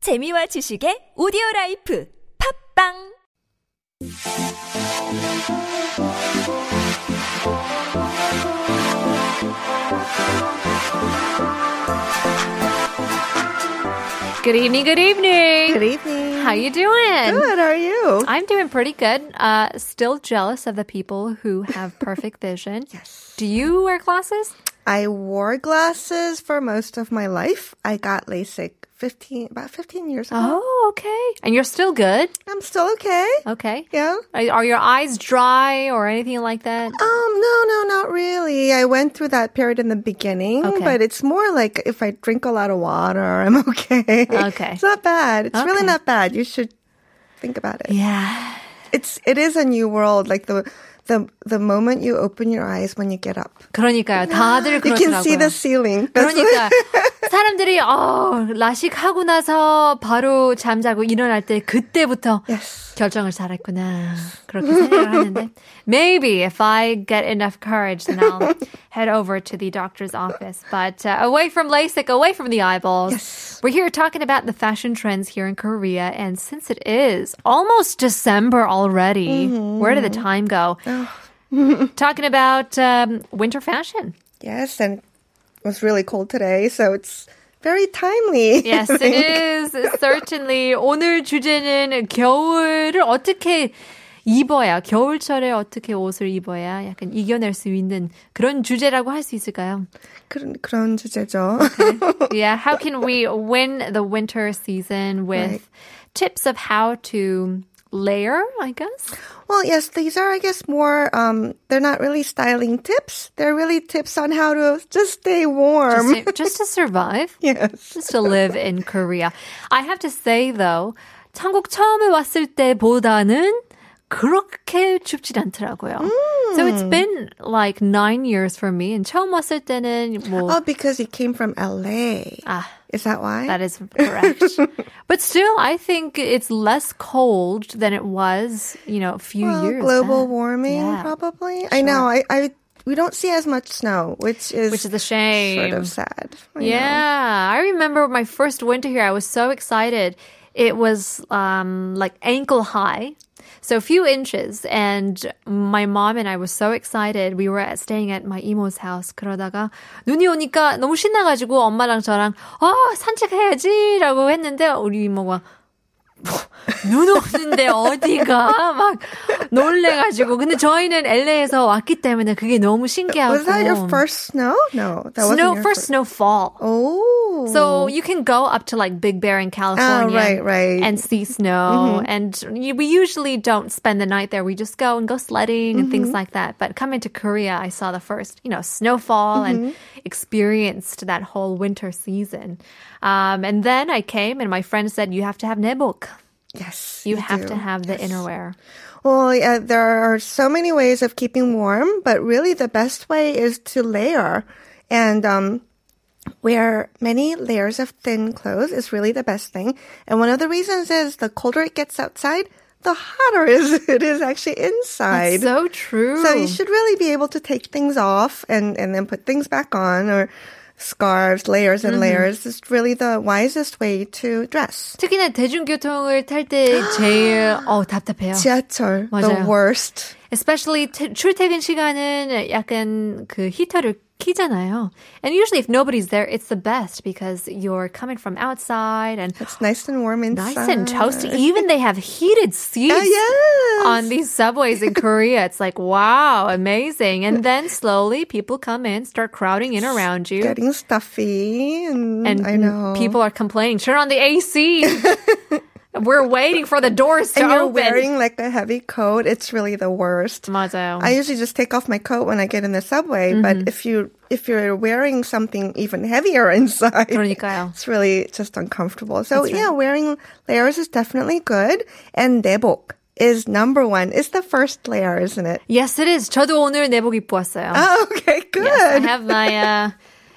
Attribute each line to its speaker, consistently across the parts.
Speaker 1: 재미와 지식의 오디오 라이프 팝빵
Speaker 2: Good evening. Good evening.
Speaker 3: Good evening.
Speaker 2: How you doing?
Speaker 3: Good. How are you?
Speaker 2: I'm doing pretty good. Uh, still jealous of the people who have perfect vision. yes. Do you wear glasses?
Speaker 3: I wore glasses for most of my life. I got LASIK 15 about 15 years ago.
Speaker 2: Oh, okay. And you're still good.
Speaker 3: I'm still okay.
Speaker 2: Okay.
Speaker 3: Yeah.
Speaker 2: Are, are your eyes dry or anything like that?
Speaker 3: Um no, no, not really. I went through that period in the beginning,
Speaker 2: Okay.
Speaker 3: but it's more like if I drink a lot of water, I'm okay.
Speaker 2: Okay.
Speaker 3: It's not bad. It's really
Speaker 2: Okay.
Speaker 3: not bad. You should think about it.
Speaker 2: Yeah.
Speaker 3: It's it is a new world like the the the moment you open your eyes when you get up.
Speaker 2: 그러니까요. 다들
Speaker 3: You
Speaker 2: 그러더라고요.
Speaker 3: can see the ceiling. That's what-
Speaker 2: 그러니까 사람들이 어, 라식하고 나서 바로 잠자고 일어날 때 그때부터
Speaker 3: Yes.
Speaker 2: 결정을 잘했구나. 그렇게 생각을 하는데. Maybe if I get enough courage, then I'll head over to the doctor's office. But uh, away from LASIK, away from the eyeballs. We're here talking about the fashion trends here in Korea. And since it is almost December already, where did the time go? talking about um, winter fashion.
Speaker 3: Yes, and it was really cold today, so it's very timely.
Speaker 2: Yes, it is. Certainly. 오늘 주제는 겨울을 어떻게 입어야, 겨울철에 어떻게 옷을 입어야 약간 이겨낼 수 있는 그런 주제라고 할 수 있을까요?
Speaker 3: 그런, 그런 주제죠.
Speaker 2: Yeah, how can we win the winter season with tips of how to layer, I guess?
Speaker 3: well, yes, these are, I guess, more, um, they're not really styling tips. They're really tips on how to just stay warm.
Speaker 2: Just to, just to survive.
Speaker 3: yes.
Speaker 2: just to live in Korea. I have to say though, 한국 처음에 왔을 때보다는 그렇게 춥진 않더라고요. So it's been like nine years for me. And 처음 왔을 때는 뭐
Speaker 3: Oh, because he came from LA.
Speaker 2: 아,
Speaker 3: Is that why?
Speaker 2: Ah. that is correct. but still, I think it's less cold than it was, you know, a few
Speaker 3: well,
Speaker 2: years.
Speaker 3: global
Speaker 2: back.
Speaker 3: warming,
Speaker 2: Yeah.
Speaker 3: probably. I know. I, I, we don't see as much snow, which is,
Speaker 2: Which is a shame.
Speaker 3: sort of sad. I know.
Speaker 2: Yeah, I remember my first winter here. I was so excited. It was um, like ankle high, so a few inches. And my mom and I was so excited. We were at, staying at my 이모's house. 그러다가 눈이 오니까 너무 신나가지고 엄마랑 저랑 아 산책해야지라고 했는데 우리 이모가 눈 오는데 어디가 막 놀래가지고 근데 저희는 LA에서 왔기 때문에 그게 너무 신기하고
Speaker 3: Was that your first snow? No, that wasn't
Speaker 2: snow
Speaker 3: your
Speaker 2: first snowfall.
Speaker 3: Oh.
Speaker 2: So you can go up to like Big Bear in California,
Speaker 3: right, right. Mm-hmm.
Speaker 2: and see snow. And you, we usually don't spend the night there. We just go and go sledding and
Speaker 3: Mm-hmm.
Speaker 2: things like that. But coming to Korea, I saw the first, you know, snowfall and
Speaker 3: Mm-hmm.
Speaker 2: experienced that whole winter season. Um, and then I came, and my friend said, "You have to have nebok.
Speaker 3: Yes.
Speaker 2: You, have
Speaker 3: do.
Speaker 2: to have the innerwear."
Speaker 3: Well, yeah, there are so many ways of keeping warm, but really the best way is to layer and um, wear many layers of thin clothes is really the best thing. And one of the reasons is the colder it gets outside, the hotter is it is actually inside.
Speaker 2: So true.
Speaker 3: So you should really be able to take things off and, and then put things back on or scarves, layers
Speaker 2: Mm-hmm.
Speaker 3: and layers is really the wisest way to dress.
Speaker 2: 특히나 대중교통을 탈 때 제일 어 답답해요.
Speaker 3: 지하철, the
Speaker 2: Oh, 맞아요.
Speaker 3: worst.
Speaker 2: Especially t- 출퇴근 시간은 약간 그 히터를 키잖아요. And usually if nobody's there, it's the best because you're coming from outside and
Speaker 3: It's nice and warm inside.
Speaker 2: nice and toasty. Even they have heated seats.
Speaker 3: Yeah, Oh, yes.
Speaker 2: On these subways in Korea, it's like, wow, amazing. And then slowly people come in, start crowding in around you.
Speaker 3: Getting stuffy and,
Speaker 2: and
Speaker 3: I know.
Speaker 2: people are complaining, turn on the AC. We're waiting for the doors to
Speaker 3: and you're
Speaker 2: open. Mm.
Speaker 3: wearing like a heavy coat. It's really the worst.
Speaker 2: 맞아요.
Speaker 3: I usually just take off my coat when I get in the subway,
Speaker 2: Mm-hmm.
Speaker 3: but if you if you're wearing something even heavier inside,
Speaker 2: 그러니까요.
Speaker 3: it's really just uncomfortable. So yeah, wearing layers is definitely good, and 내복 is number one. It's the first layer, isn't it?
Speaker 2: Yes, it is. 저도 오늘 내복 입고 왔어요.
Speaker 3: Oh, okay, good.
Speaker 2: Mm. Yes, I have my uh,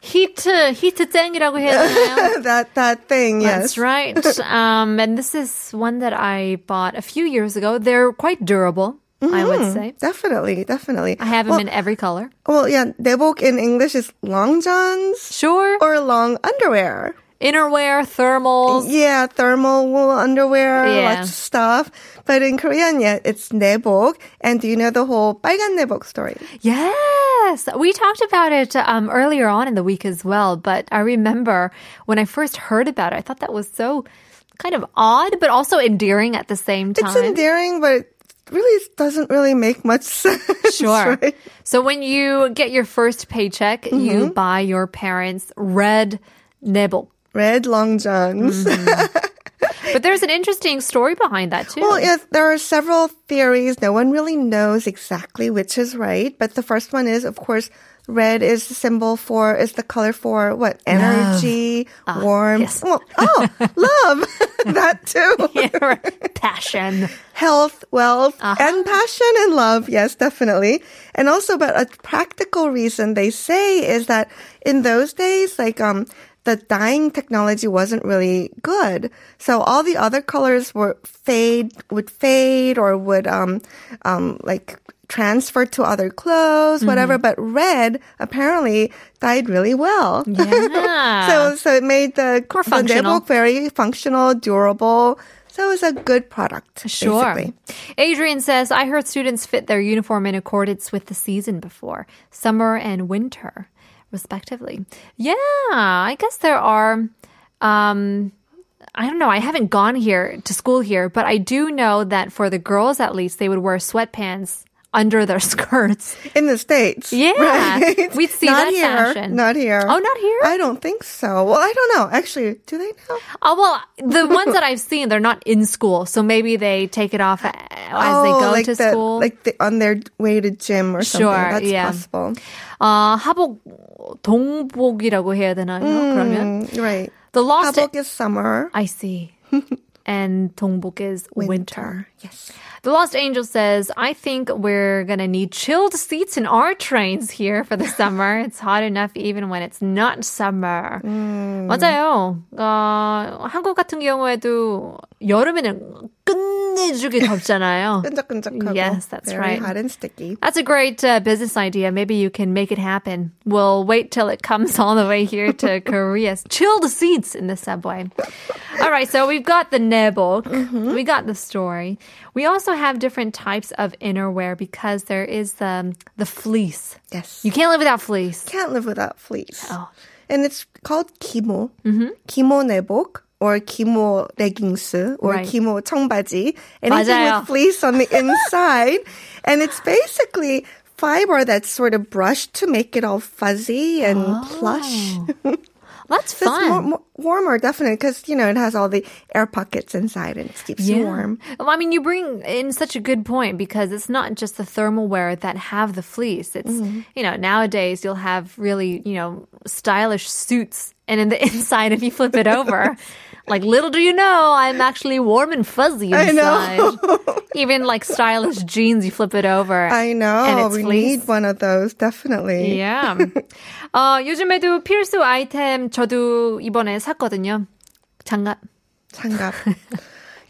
Speaker 2: heat heat 땡이라고 해야 되나요?
Speaker 3: that that thing, yes.
Speaker 2: That's right. Um, and this is one that I bought a few years ago. They're quite durable, I
Speaker 3: Mm-hmm.
Speaker 2: would say.
Speaker 3: Definitely, definitely.
Speaker 2: I have them in every color.
Speaker 3: Well, yeah, 내복 in English is long johns
Speaker 2: Sure.
Speaker 3: or long underwear.
Speaker 2: innerwear, thermals.
Speaker 3: Yeah, thermal wool underwear,
Speaker 2: Yeah.
Speaker 3: lots of stuff. But in Korean, yeah, it's 내복. And do you know the whole 빨간 내복 story?
Speaker 2: Yes, we talked about it um, earlier on in the week as well. But I remember when I first heard about it, I thought that was so kind of odd, but also endearing at the same time.
Speaker 3: It's endearing, but it really doesn't really make much sense.
Speaker 2: Sure.
Speaker 3: right? Mm-hmm.
Speaker 2: So when you get your first paycheck, you buy your parents red nebul.
Speaker 3: Red long johns.
Speaker 2: Mm-hmm. But there's an interesting story behind that too.
Speaker 3: Well, yeah, there are several theories. No one really knows exactly which is right, but the first one is, of course, red is the symbol for is the color for what energy,
Speaker 2: Ah, yes.
Speaker 3: warmth. Well, oh, love that too.
Speaker 2: Yeah, right. Passion.
Speaker 3: Health, wealth, and passion and love. Yes, definitely. And also, but a practical reason they say is that in those days, like um. The dyeing technology wasn't really good, so all the other colors were fade would fade or would um um like transfer to other clothes, whatever. But red apparently dyed really well.
Speaker 2: Yeah.
Speaker 3: So so it made the
Speaker 2: More
Speaker 3: the
Speaker 2: Uh, functional.
Speaker 3: Nebuc very functional, durable. So it's a good product.
Speaker 2: Sure.
Speaker 3: Basically.
Speaker 2: Adrian says, I heard students fit their uniform in accordance with the season before, summer and winter, respectively. Yeah, I guess there are. Um, I don't know. I haven't gone here to school here, but I do know that for the girls, at least, they would wear sweatpants under their skirts.
Speaker 3: In the States.
Speaker 2: Yeah.
Speaker 3: Right?
Speaker 2: We'd see that
Speaker 3: not here,
Speaker 2: fashion.
Speaker 3: Not here.
Speaker 2: Oh, not here?
Speaker 3: I don't think so. Well, I don't know. Actually, do they know?
Speaker 2: Oh well, the ones that I've seen, they're not in school, so maybe they take it off a- as
Speaker 3: oh,
Speaker 2: they go
Speaker 3: like
Speaker 2: to
Speaker 3: the,
Speaker 2: school.
Speaker 3: Like the, on their way to gym or something.
Speaker 2: Sure,
Speaker 3: That's
Speaker 2: yeah.
Speaker 3: possible.
Speaker 2: 아, 하복 동복이라고 Uh, 해야 되나요? 그러면
Speaker 3: Mm, right.
Speaker 2: the lost
Speaker 3: Habok is summer.
Speaker 2: I see. and 동복 is winter.
Speaker 3: Yes.
Speaker 2: The Lost Angel says, I think we're going to need chilled seats in our trains here for the summer. it's hot enough even when it's not summer. 맞아요. 어, 한국 같은 경우에도 여름에는 끝내주게 덥잖아요.
Speaker 3: 끈적끈적하고.
Speaker 2: Yes, that's
Speaker 3: Very
Speaker 2: right.
Speaker 3: hot and sticky.
Speaker 2: That's a great uh, business idea. Maybe you can make it happen. We'll wait till it comes all the way here to Korea. Chill the seats in the subway. All right, so we've got the nebok. We got the story. We also have different types of innerwear because there is the, the fleece.
Speaker 3: Yes.
Speaker 2: You can't live without fleece.
Speaker 3: can't live without fleece.
Speaker 2: Oh.
Speaker 3: And it's called kimo. Mm-hmm. Kimo nebok or kimo leggings or
Speaker 2: Right.
Speaker 3: kimo 청바지. Anything
Speaker 2: 맞아요.
Speaker 3: with fleece on the inside. and it's basically fiber that's sort of brushed to make it all fuzzy and plush.
Speaker 2: That's
Speaker 3: So it's
Speaker 2: Oh, fun.
Speaker 3: more, more, warmer, definitely, because, you know, it has all the air pockets inside and it keeps you warm.
Speaker 2: Well, I mean, you bring in such a good point because it's not just the thermal wear that have the fleece. It's,
Speaker 3: Mm-hmm.
Speaker 2: you know, nowadays you'll have really, you know, stylish suits. And in the inside, if you flip it over, like little do you know, I'm actually warm and fuzzy
Speaker 3: I know.
Speaker 2: inside. Even like stylish jeans, you flip it over.
Speaker 3: I know.
Speaker 2: And it's
Speaker 3: we
Speaker 2: fleece.
Speaker 3: need one of those, definitely.
Speaker 2: Yeah. 어, 요즘에도 필수 아이템 저도 이번에 샀거든요. 장갑.
Speaker 3: 장갑.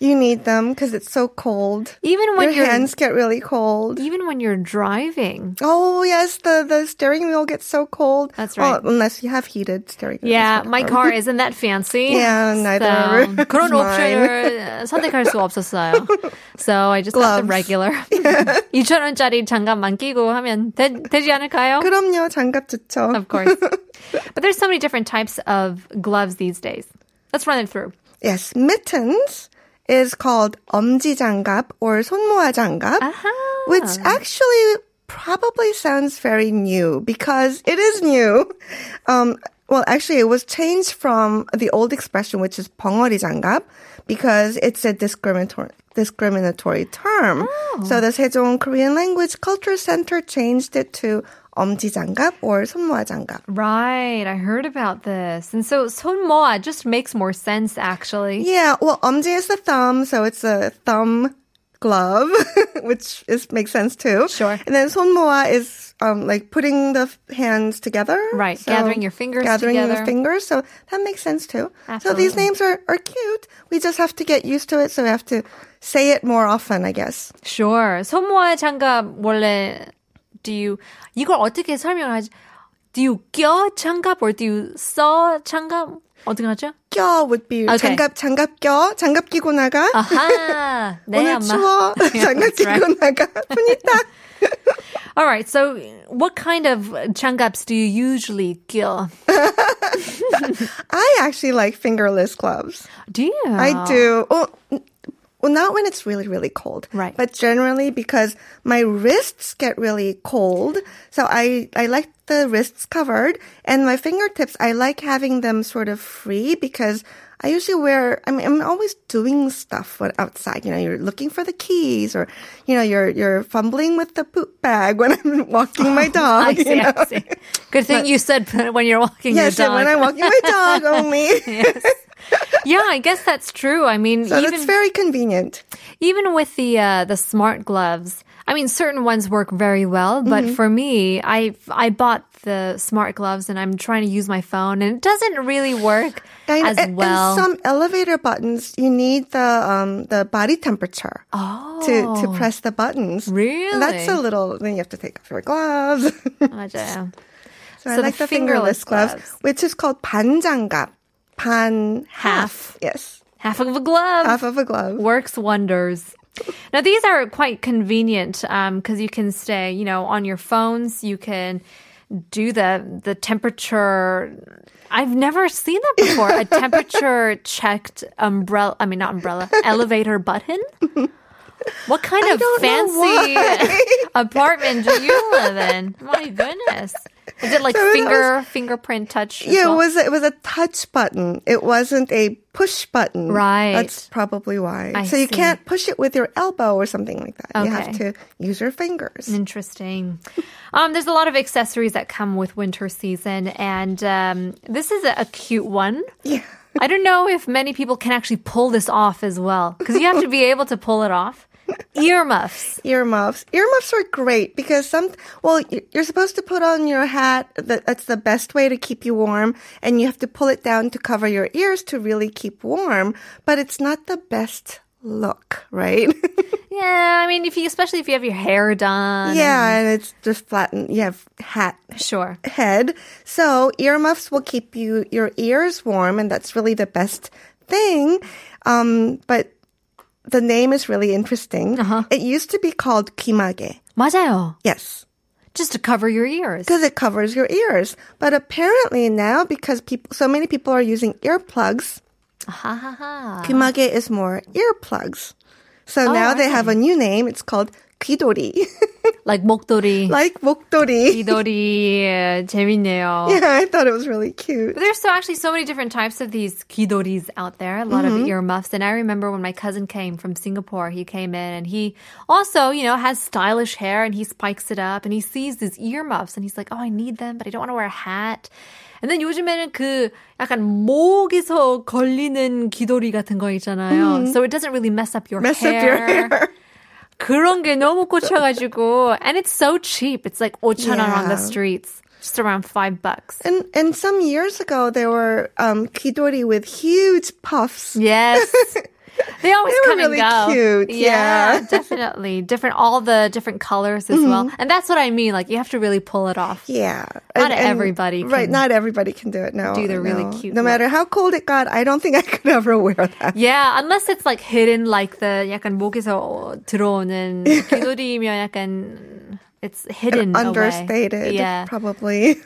Speaker 3: you need them because it's so cold.
Speaker 2: Even when
Speaker 3: Your
Speaker 2: you're
Speaker 3: hands get really cold.
Speaker 2: even when you're driving,
Speaker 3: Oh yes, the the steering wheel gets so cold.
Speaker 2: That's
Speaker 3: Well,
Speaker 2: right.
Speaker 3: unless you have heated steering. wheels,
Speaker 2: Yeah, my
Speaker 3: whatever.
Speaker 2: car isn't that fancy.
Speaker 3: Yeah, neither
Speaker 2: So, 그런
Speaker 3: is
Speaker 2: 옵션을
Speaker 3: mine.
Speaker 2: 선택할 수 없었어요. So I just got the
Speaker 3: Gloves.
Speaker 2: regular. 2천 원짜리 장갑만 끼고 하면 되, 되지 않을까요?
Speaker 3: 그럼요, 장갑 좋죠.
Speaker 2: Of course. But there's so many different types of gloves these days. Let's run it through.
Speaker 3: Yes, mittens is called 엄지 장갑 or 손모아 장갑,
Speaker 2: Ah.
Speaker 3: which actually probably sounds very new because it is new. Um, well, actually, it was changed from the old expression, which is 벙어리 장갑, because it's a discriminatory discriminatory term. So the Sejong Korean Language Culture Center changed it to 엄지 장갑 or 손모아 장갑.
Speaker 2: Right, I heard about this. And so 손모아 just makes more sense actually.
Speaker 3: Yeah, well, 엄지 is the thumb, so it's a thumb glove, which is makes sense too.
Speaker 2: Sure.
Speaker 3: And then 손모아 is um, like putting the f- hands together.
Speaker 2: Right, gathering your fingers
Speaker 3: Gathering
Speaker 2: together.
Speaker 3: your fingers, so that makes sense too. So
Speaker 2: Absolutely.
Speaker 3: these names are, are cute. We just have to get used to it, so we have to say it more often, I guess.
Speaker 2: Sure. 손모아 장갑 원래 do you 이걸 어떻게 설명하지? Do you 껴 장갑 or do you 써 장갑? 어떻게 하죠?
Speaker 3: 껴 would be
Speaker 2: Okay.
Speaker 3: 장갑 장갑 껴 장갑 끼고 나가.
Speaker 2: 아하. 네,
Speaker 3: 오늘
Speaker 2: 엄마.
Speaker 3: 추워 장갑
Speaker 2: that's
Speaker 3: 끼고
Speaker 2: right.
Speaker 3: 나가. 손이 딱.
Speaker 2: All right. So, what kind of 장갑s do you usually kill?
Speaker 3: I actually like fingerless gloves.
Speaker 2: Do you?
Speaker 3: I do. Oh, n- well, not when it's really, really cold.
Speaker 2: Right.
Speaker 3: But generally because my wrists get really cold. So I, I like the wrists covered and my fingertips, I like having them sort of free because I usually wear, I mean, I'm always doing stuff when outside. You know, you're looking for the keys or, you know, you're, you're fumbling with the poop bag when I'm walking my dog.
Speaker 2: I see.
Speaker 3: you know?
Speaker 2: I see. Good thing you said when you're walking
Speaker 3: Yes,
Speaker 2: your
Speaker 3: and
Speaker 2: dog.
Speaker 3: when I'm walking my dog only.
Speaker 2: yeah, I guess that's true. I mean,
Speaker 3: So
Speaker 2: even
Speaker 3: that's very convenient.
Speaker 2: even with the uh, the smart gloves i mean certain ones work very well but
Speaker 3: Mm-hmm.
Speaker 2: for me i i bought the smart gloves and i'm trying to use my phone and it doesn't really work
Speaker 3: I know,
Speaker 2: as
Speaker 3: and,
Speaker 2: well
Speaker 3: and some elevator buttons, you need the um the body temperature
Speaker 2: oh,
Speaker 3: to to press the buttons. And that's a
Speaker 2: Really?
Speaker 3: little. Then you have to take off your gloves. so,
Speaker 2: 맞아요.
Speaker 3: I
Speaker 2: So the
Speaker 3: like the
Speaker 2: fingerless
Speaker 3: fingerless, gloves,
Speaker 2: gloves.
Speaker 3: which is called 반장갑, 반 half. Yes,
Speaker 2: half of a glove
Speaker 3: half of a glove.
Speaker 2: works wonders. Now these are quite convenient because you can stay, you know, on your phones. You can do the the temperature. I've never seen that before. A temperature checked umbrella. I mean, not umbrella. Elevator button. What kind of
Speaker 3: don't know
Speaker 2: fancy apartment do you live in? My goodness. Is it like
Speaker 3: So it
Speaker 2: finger fingerprint touch? as
Speaker 3: Yeah, it
Speaker 2: well?
Speaker 3: was it was a touch button. It wasn't a push button.
Speaker 2: Right.
Speaker 3: That's probably why.
Speaker 2: I
Speaker 3: so you
Speaker 2: see.
Speaker 3: can't push it with your elbow or something like that. You have
Speaker 2: Okay. Mm.
Speaker 3: to use your fingers.
Speaker 2: Interesting. Um, there's a lot of accessories that come with winter season, and um, this is a, a cute one.
Speaker 3: Yeah.
Speaker 2: I don't know if many people can actually pull this off as well, because you have to be able to pull it off. Earmuffs.
Speaker 3: Earmuffs. Earmuffs are great because some, well, y- you're supposed to put on your hat. That- That's the best way to keep you warm. And you have to pull it down to cover your ears to really keep warm. But it's not the best look, right?
Speaker 2: Yeah, I mean, if you, especially if you have your hair done.
Speaker 3: yeah. And it's just flattened. You have hat
Speaker 2: Sure.
Speaker 3: head. So earmuffs will keep you, your ears warm. And that's really the best thing. Um, but the name is really interesting. It used to be called kimage.
Speaker 2: 맞아요.
Speaker 3: Yes.
Speaker 2: Just to cover your ears.
Speaker 3: because it covers your ears. But apparently now, because people, so many people are using earplugs,
Speaker 2: Ha ha ha.
Speaker 3: kimage is more
Speaker 2: Oh,
Speaker 3: earplugs. So now they have a new name. It's called 귀돌이,
Speaker 2: Like 목도리.
Speaker 3: like 목도리.
Speaker 2: 귀도리. 예, 재밌네요.
Speaker 3: Yeah, I thought it was really cute.
Speaker 2: But there's so actually so many different types of these kidoris out there, a lot of
Speaker 3: Mm-hmm.
Speaker 2: earmuffs. And I remember when my cousin came from Singapore, he came in and he also, you know, has stylish hair and he spikes it up and he sees these earmuffs and he's like, oh, I need them, but I don't want to wear a hat. And then 요즘에는 그 약간 목에서 걸리는 귀돌이 같은 거 있잖아요. So it doesn't really mess up your
Speaker 3: Mess
Speaker 2: hair.
Speaker 3: up your hair.
Speaker 2: 그런 게 너무 꽂혀가지고. And it's so cheap. It's like 5,000원 on the
Speaker 3: Yeah.
Speaker 2: streets. Just around five bucks.
Speaker 3: And and some years ago there were um, kidori with huge puffs.
Speaker 2: Yes. They always
Speaker 3: They were
Speaker 2: come
Speaker 3: really
Speaker 2: and go.
Speaker 3: cute, yeah. Mm-hmm.
Speaker 2: definitely. Different all the different colors as well. And that's what I mean. Like you have to really pull it off.
Speaker 3: Yeah,
Speaker 2: Not everybody
Speaker 3: Right,
Speaker 2: can
Speaker 3: not everybody can do it. No,
Speaker 2: do the really
Speaker 3: no.
Speaker 2: cute
Speaker 3: No
Speaker 2: look.
Speaker 3: matter how cold it got, I don't think I could ever wear that.
Speaker 2: Yeah, unless it's like hidden like the 약간 목에서 들어오는 귀돌이면 약간 it's hidden away.
Speaker 3: Understated,
Speaker 2: Yeah.
Speaker 3: probably.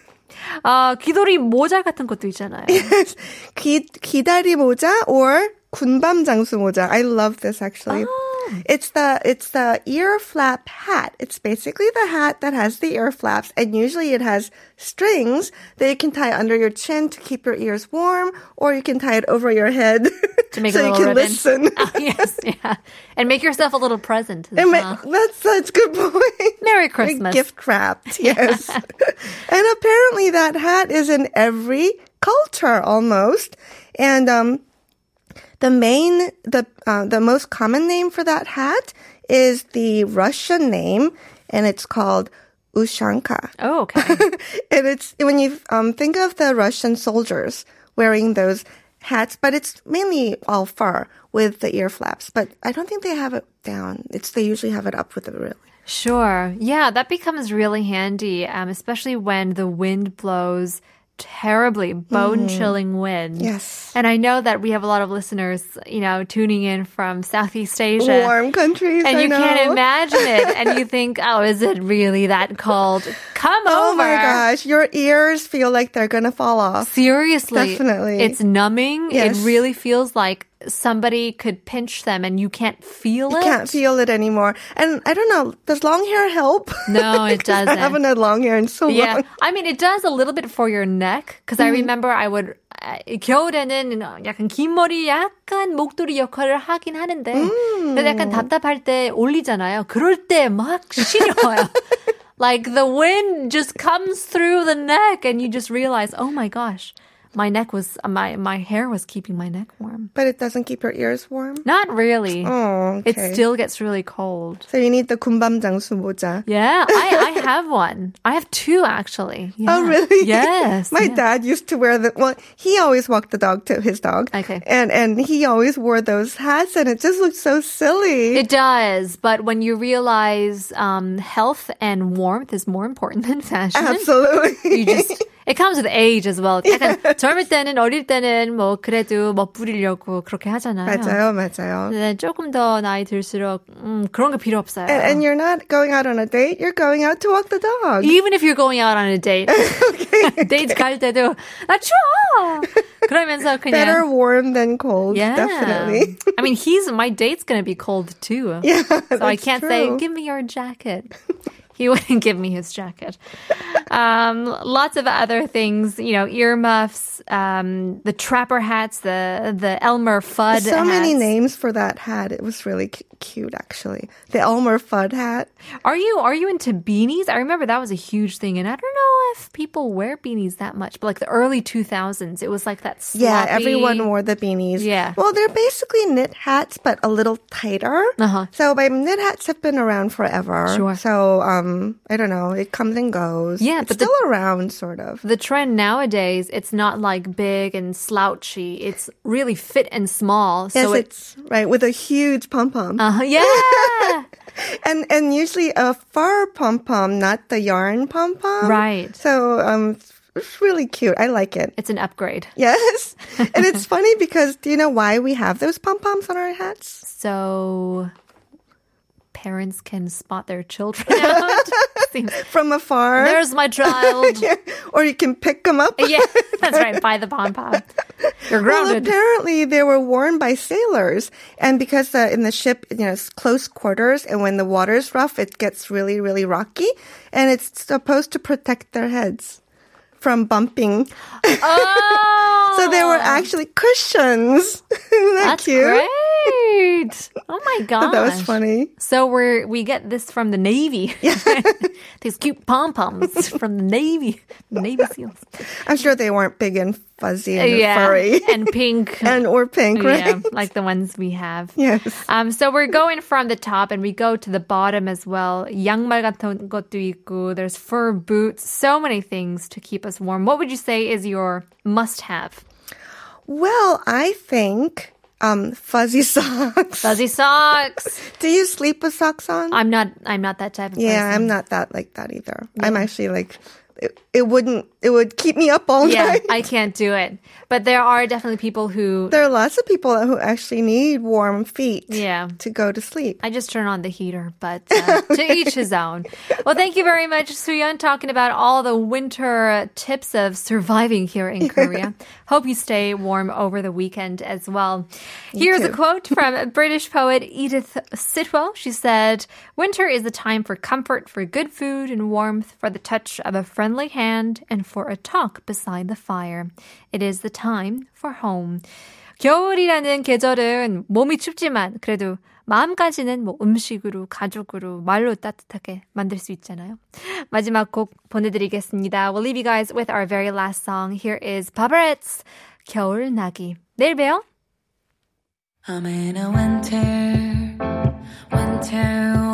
Speaker 2: 아, 귀돌이 모자 같은 것도 있잖아요.
Speaker 3: Yes. 귀, 귀다리 모자 or 군밤 장수 모자. I love this actually.
Speaker 2: Oh.
Speaker 3: It's the it's the ear flap hat. It's basically the hat that has the ear flaps and usually it has strings that you can tie under your chin to keep your ears warm or you can tie it over your head
Speaker 2: To make
Speaker 3: so
Speaker 2: a
Speaker 3: you
Speaker 2: little
Speaker 3: can
Speaker 2: ribbon. Ah.
Speaker 3: listen.
Speaker 2: yes, yeah. And make yourself a little present. as
Speaker 3: It ma-
Speaker 2: well.
Speaker 3: that's such a good point.
Speaker 2: Merry
Speaker 3: Like
Speaker 2: Christmas.
Speaker 3: gift wrapped, yes. and apparently that hat is in every culture almost. And um, the main, the uh, the most common name for that hat is the Russian name, and it's called Ushanka.
Speaker 2: Oh, okay.
Speaker 3: and it's when you um, think of the Russian soldiers wearing those hats, but it's mainly all fur with the ear flaps. But I don't think they have it down. It's they usually have it up with the really.
Speaker 2: Sure. Yeah, that becomes really handy, um, especially when the wind blows terribly bone chilling wind.
Speaker 3: Mm-hmm. Yes.
Speaker 2: And I know that we have a lot of listeners, you know, tuning in from Southeast Asia.
Speaker 3: Warm countries.
Speaker 2: And
Speaker 3: I
Speaker 2: you
Speaker 3: know.
Speaker 2: can't imagine it. And you think, oh, is it really that cold? Come
Speaker 3: Oh
Speaker 2: over.
Speaker 3: my gosh, your ears feel like they're gonna fall off.
Speaker 2: Seriously.
Speaker 3: Definitely.
Speaker 2: It's numbing.
Speaker 3: Yes.
Speaker 2: It really feels like somebody could pinch them and you can't feel
Speaker 3: You
Speaker 2: it.
Speaker 3: can't feel it anymore. And I don't know, does long hair help?
Speaker 2: No, it
Speaker 3: 'Cause
Speaker 2: doesn't.
Speaker 3: I haven't had long hair in so
Speaker 2: Yeah,
Speaker 3: long.
Speaker 2: I mean it does a little bit for your neck because
Speaker 3: Mm-hmm.
Speaker 2: I remember I would 아, 겨울에는 약간 긴 머리 약간 목도리 역할을 하긴 하는데 근데 약간 답답할 때 올리잖아요. 그럴 때 막 시려요. like the wind just comes through the neck and you just realize, oh my gosh, my neck was my my hair was keeping my neck warm.
Speaker 3: But it doesn't keep your ears warm.
Speaker 2: Not really.
Speaker 3: Oh,
Speaker 2: It
Speaker 3: okay.
Speaker 2: still gets really cold.
Speaker 3: so you need the 군밤 장수 모자.
Speaker 2: Yeah, I, I have one. I have two actually. Yeah.
Speaker 3: Oh, really?
Speaker 2: Yes.
Speaker 3: My
Speaker 2: yeah.
Speaker 3: dad used to wear the, well, he always walked the dog to his dog.
Speaker 2: Okay.
Speaker 3: And, and he always wore those hats and it just looked so silly.
Speaker 2: It does, but when you realize um, health and warmth is more important than fashion,
Speaker 3: Absolutely.
Speaker 2: you just it comes with age as well. 약간 젊을 때는 어릴 때는 뭐 그래도 멋부리려고 그렇게 하잖아요.
Speaker 3: 맞아요, 맞아요.
Speaker 2: 근데 조금 더 나이 들수록 음, 그런 거 필요 없어요.
Speaker 3: And, and you're not going out on a date, you're going out to walk the dog.
Speaker 2: Even if you're going out on a date, 데이트 갈 때도 나 추워. 그러면서 그냥
Speaker 3: Better warm than cold,
Speaker 2: Yeah.
Speaker 3: definitely.
Speaker 2: I mean, he's my date's gonna be cold too.
Speaker 3: Yeah,
Speaker 2: So I
Speaker 3: that's
Speaker 2: can't
Speaker 3: true.
Speaker 2: say, give me your jacket. he wouldn't give me his jacket. Um, lots of other things, you know, earmuffs, um, the trapper hats, the the Elmer Fudd.
Speaker 3: So many
Speaker 2: hats.
Speaker 3: names for that hat. It was really cu- cute, actually. The Elmer Fudd hat.
Speaker 2: Are you are you into beanies? I remember that was a huge thing, and I don't know if people wear beanies that much. But like the early two thousands, it was like that. Sloppy,
Speaker 3: Yeah, everyone wore the beanies.
Speaker 2: Yeah.
Speaker 3: Well, they're basically knit hats, but a little tighter.
Speaker 2: Uh-huh.
Speaker 3: So, but knit hats have been around forever.
Speaker 2: Sure.
Speaker 3: So, um, I don't know. It comes and goes.
Speaker 2: Yeah,
Speaker 3: It's
Speaker 2: but the-
Speaker 3: still around, sort of.
Speaker 2: the trend nowadays it's not like big and slouchy it's really fit and small
Speaker 3: Yes,
Speaker 2: so it's
Speaker 3: it's right with a huge pom pom,
Speaker 2: uh, yeah
Speaker 3: and and usually a fur pom pom, not the yarn pom pom.
Speaker 2: Right.
Speaker 3: So, um, it's really cute. I like it.
Speaker 2: it's an upgrade
Speaker 3: Yes. And it's funny because do you know why we have those pom poms on our hats?
Speaker 2: so parents can spot their children out Seems-
Speaker 3: From afar.
Speaker 2: there's my child
Speaker 3: or you can pick them up.
Speaker 2: yeah that's right by the pom pom you're
Speaker 3: Well,
Speaker 2: grounded
Speaker 3: apparently they were worn by sailors, and because uh, in the ship, you know, it's close quarters, and when the water's rough, it gets really, really rocky, and it's supposed to protect their heads from bumping.
Speaker 2: oh
Speaker 3: So they were actually cushions. Isn't that
Speaker 2: that's
Speaker 3: cute?
Speaker 2: great oh my god
Speaker 3: That was funny.
Speaker 2: So we're we get this from the Navy. These cute pom poms from the Navy, Navy SEALs.
Speaker 3: I'm sure they weren't big and fuzzy and furry
Speaker 2: and pink.
Speaker 3: and or pink,
Speaker 2: Yeah,
Speaker 3: right?
Speaker 2: like the ones we have.
Speaker 3: Yes.
Speaker 2: Um, so we're going from the top and we go to the bottom as well. 양말 같은 것도 있고, there's fur boots, so many things to keep us warm. What would you say is your must-have?
Speaker 3: Well, I think um, fuzzy socks.
Speaker 2: Fuzzy socks.
Speaker 3: Do you sleep with socks on?
Speaker 2: I'm not. I'm not that type of
Speaker 3: yeah,
Speaker 2: person.
Speaker 3: I'm not that like that either. I'm actually like, it, it wouldn't, it would keep me up all
Speaker 2: Yeah,
Speaker 3: night.
Speaker 2: I can't do it. But there are definitely people who
Speaker 3: there are lots of people who actually need warm feet
Speaker 2: Yeah.
Speaker 3: to go to sleep.
Speaker 2: I just turn on the heater, but uh, to each his own. Well, thank you very much, Suyun, talking about all the winter tips of surviving here in Korea. Hope you stay warm over the weekend as well. Here's a
Speaker 3: too.
Speaker 2: quote from British poet Edith Sitwell. She said, Winter is the time for comfort, for good food and warmth, for the touch of a friendly hand, and for a talk beside the fire. It is the time for home. 겨울이라는 계절은 몸이 춥지만 그래도 마음까지는 뭐 음식으로 가족으로 말로 따뜻하게 만들 수 있잖아요. 마지막 곡 보내드리겠습니다. We'll leave you guys with our very last song. Here is Barbarette's 겨울 나기. 내일 봬요.
Speaker 4: I'm in a winter, winter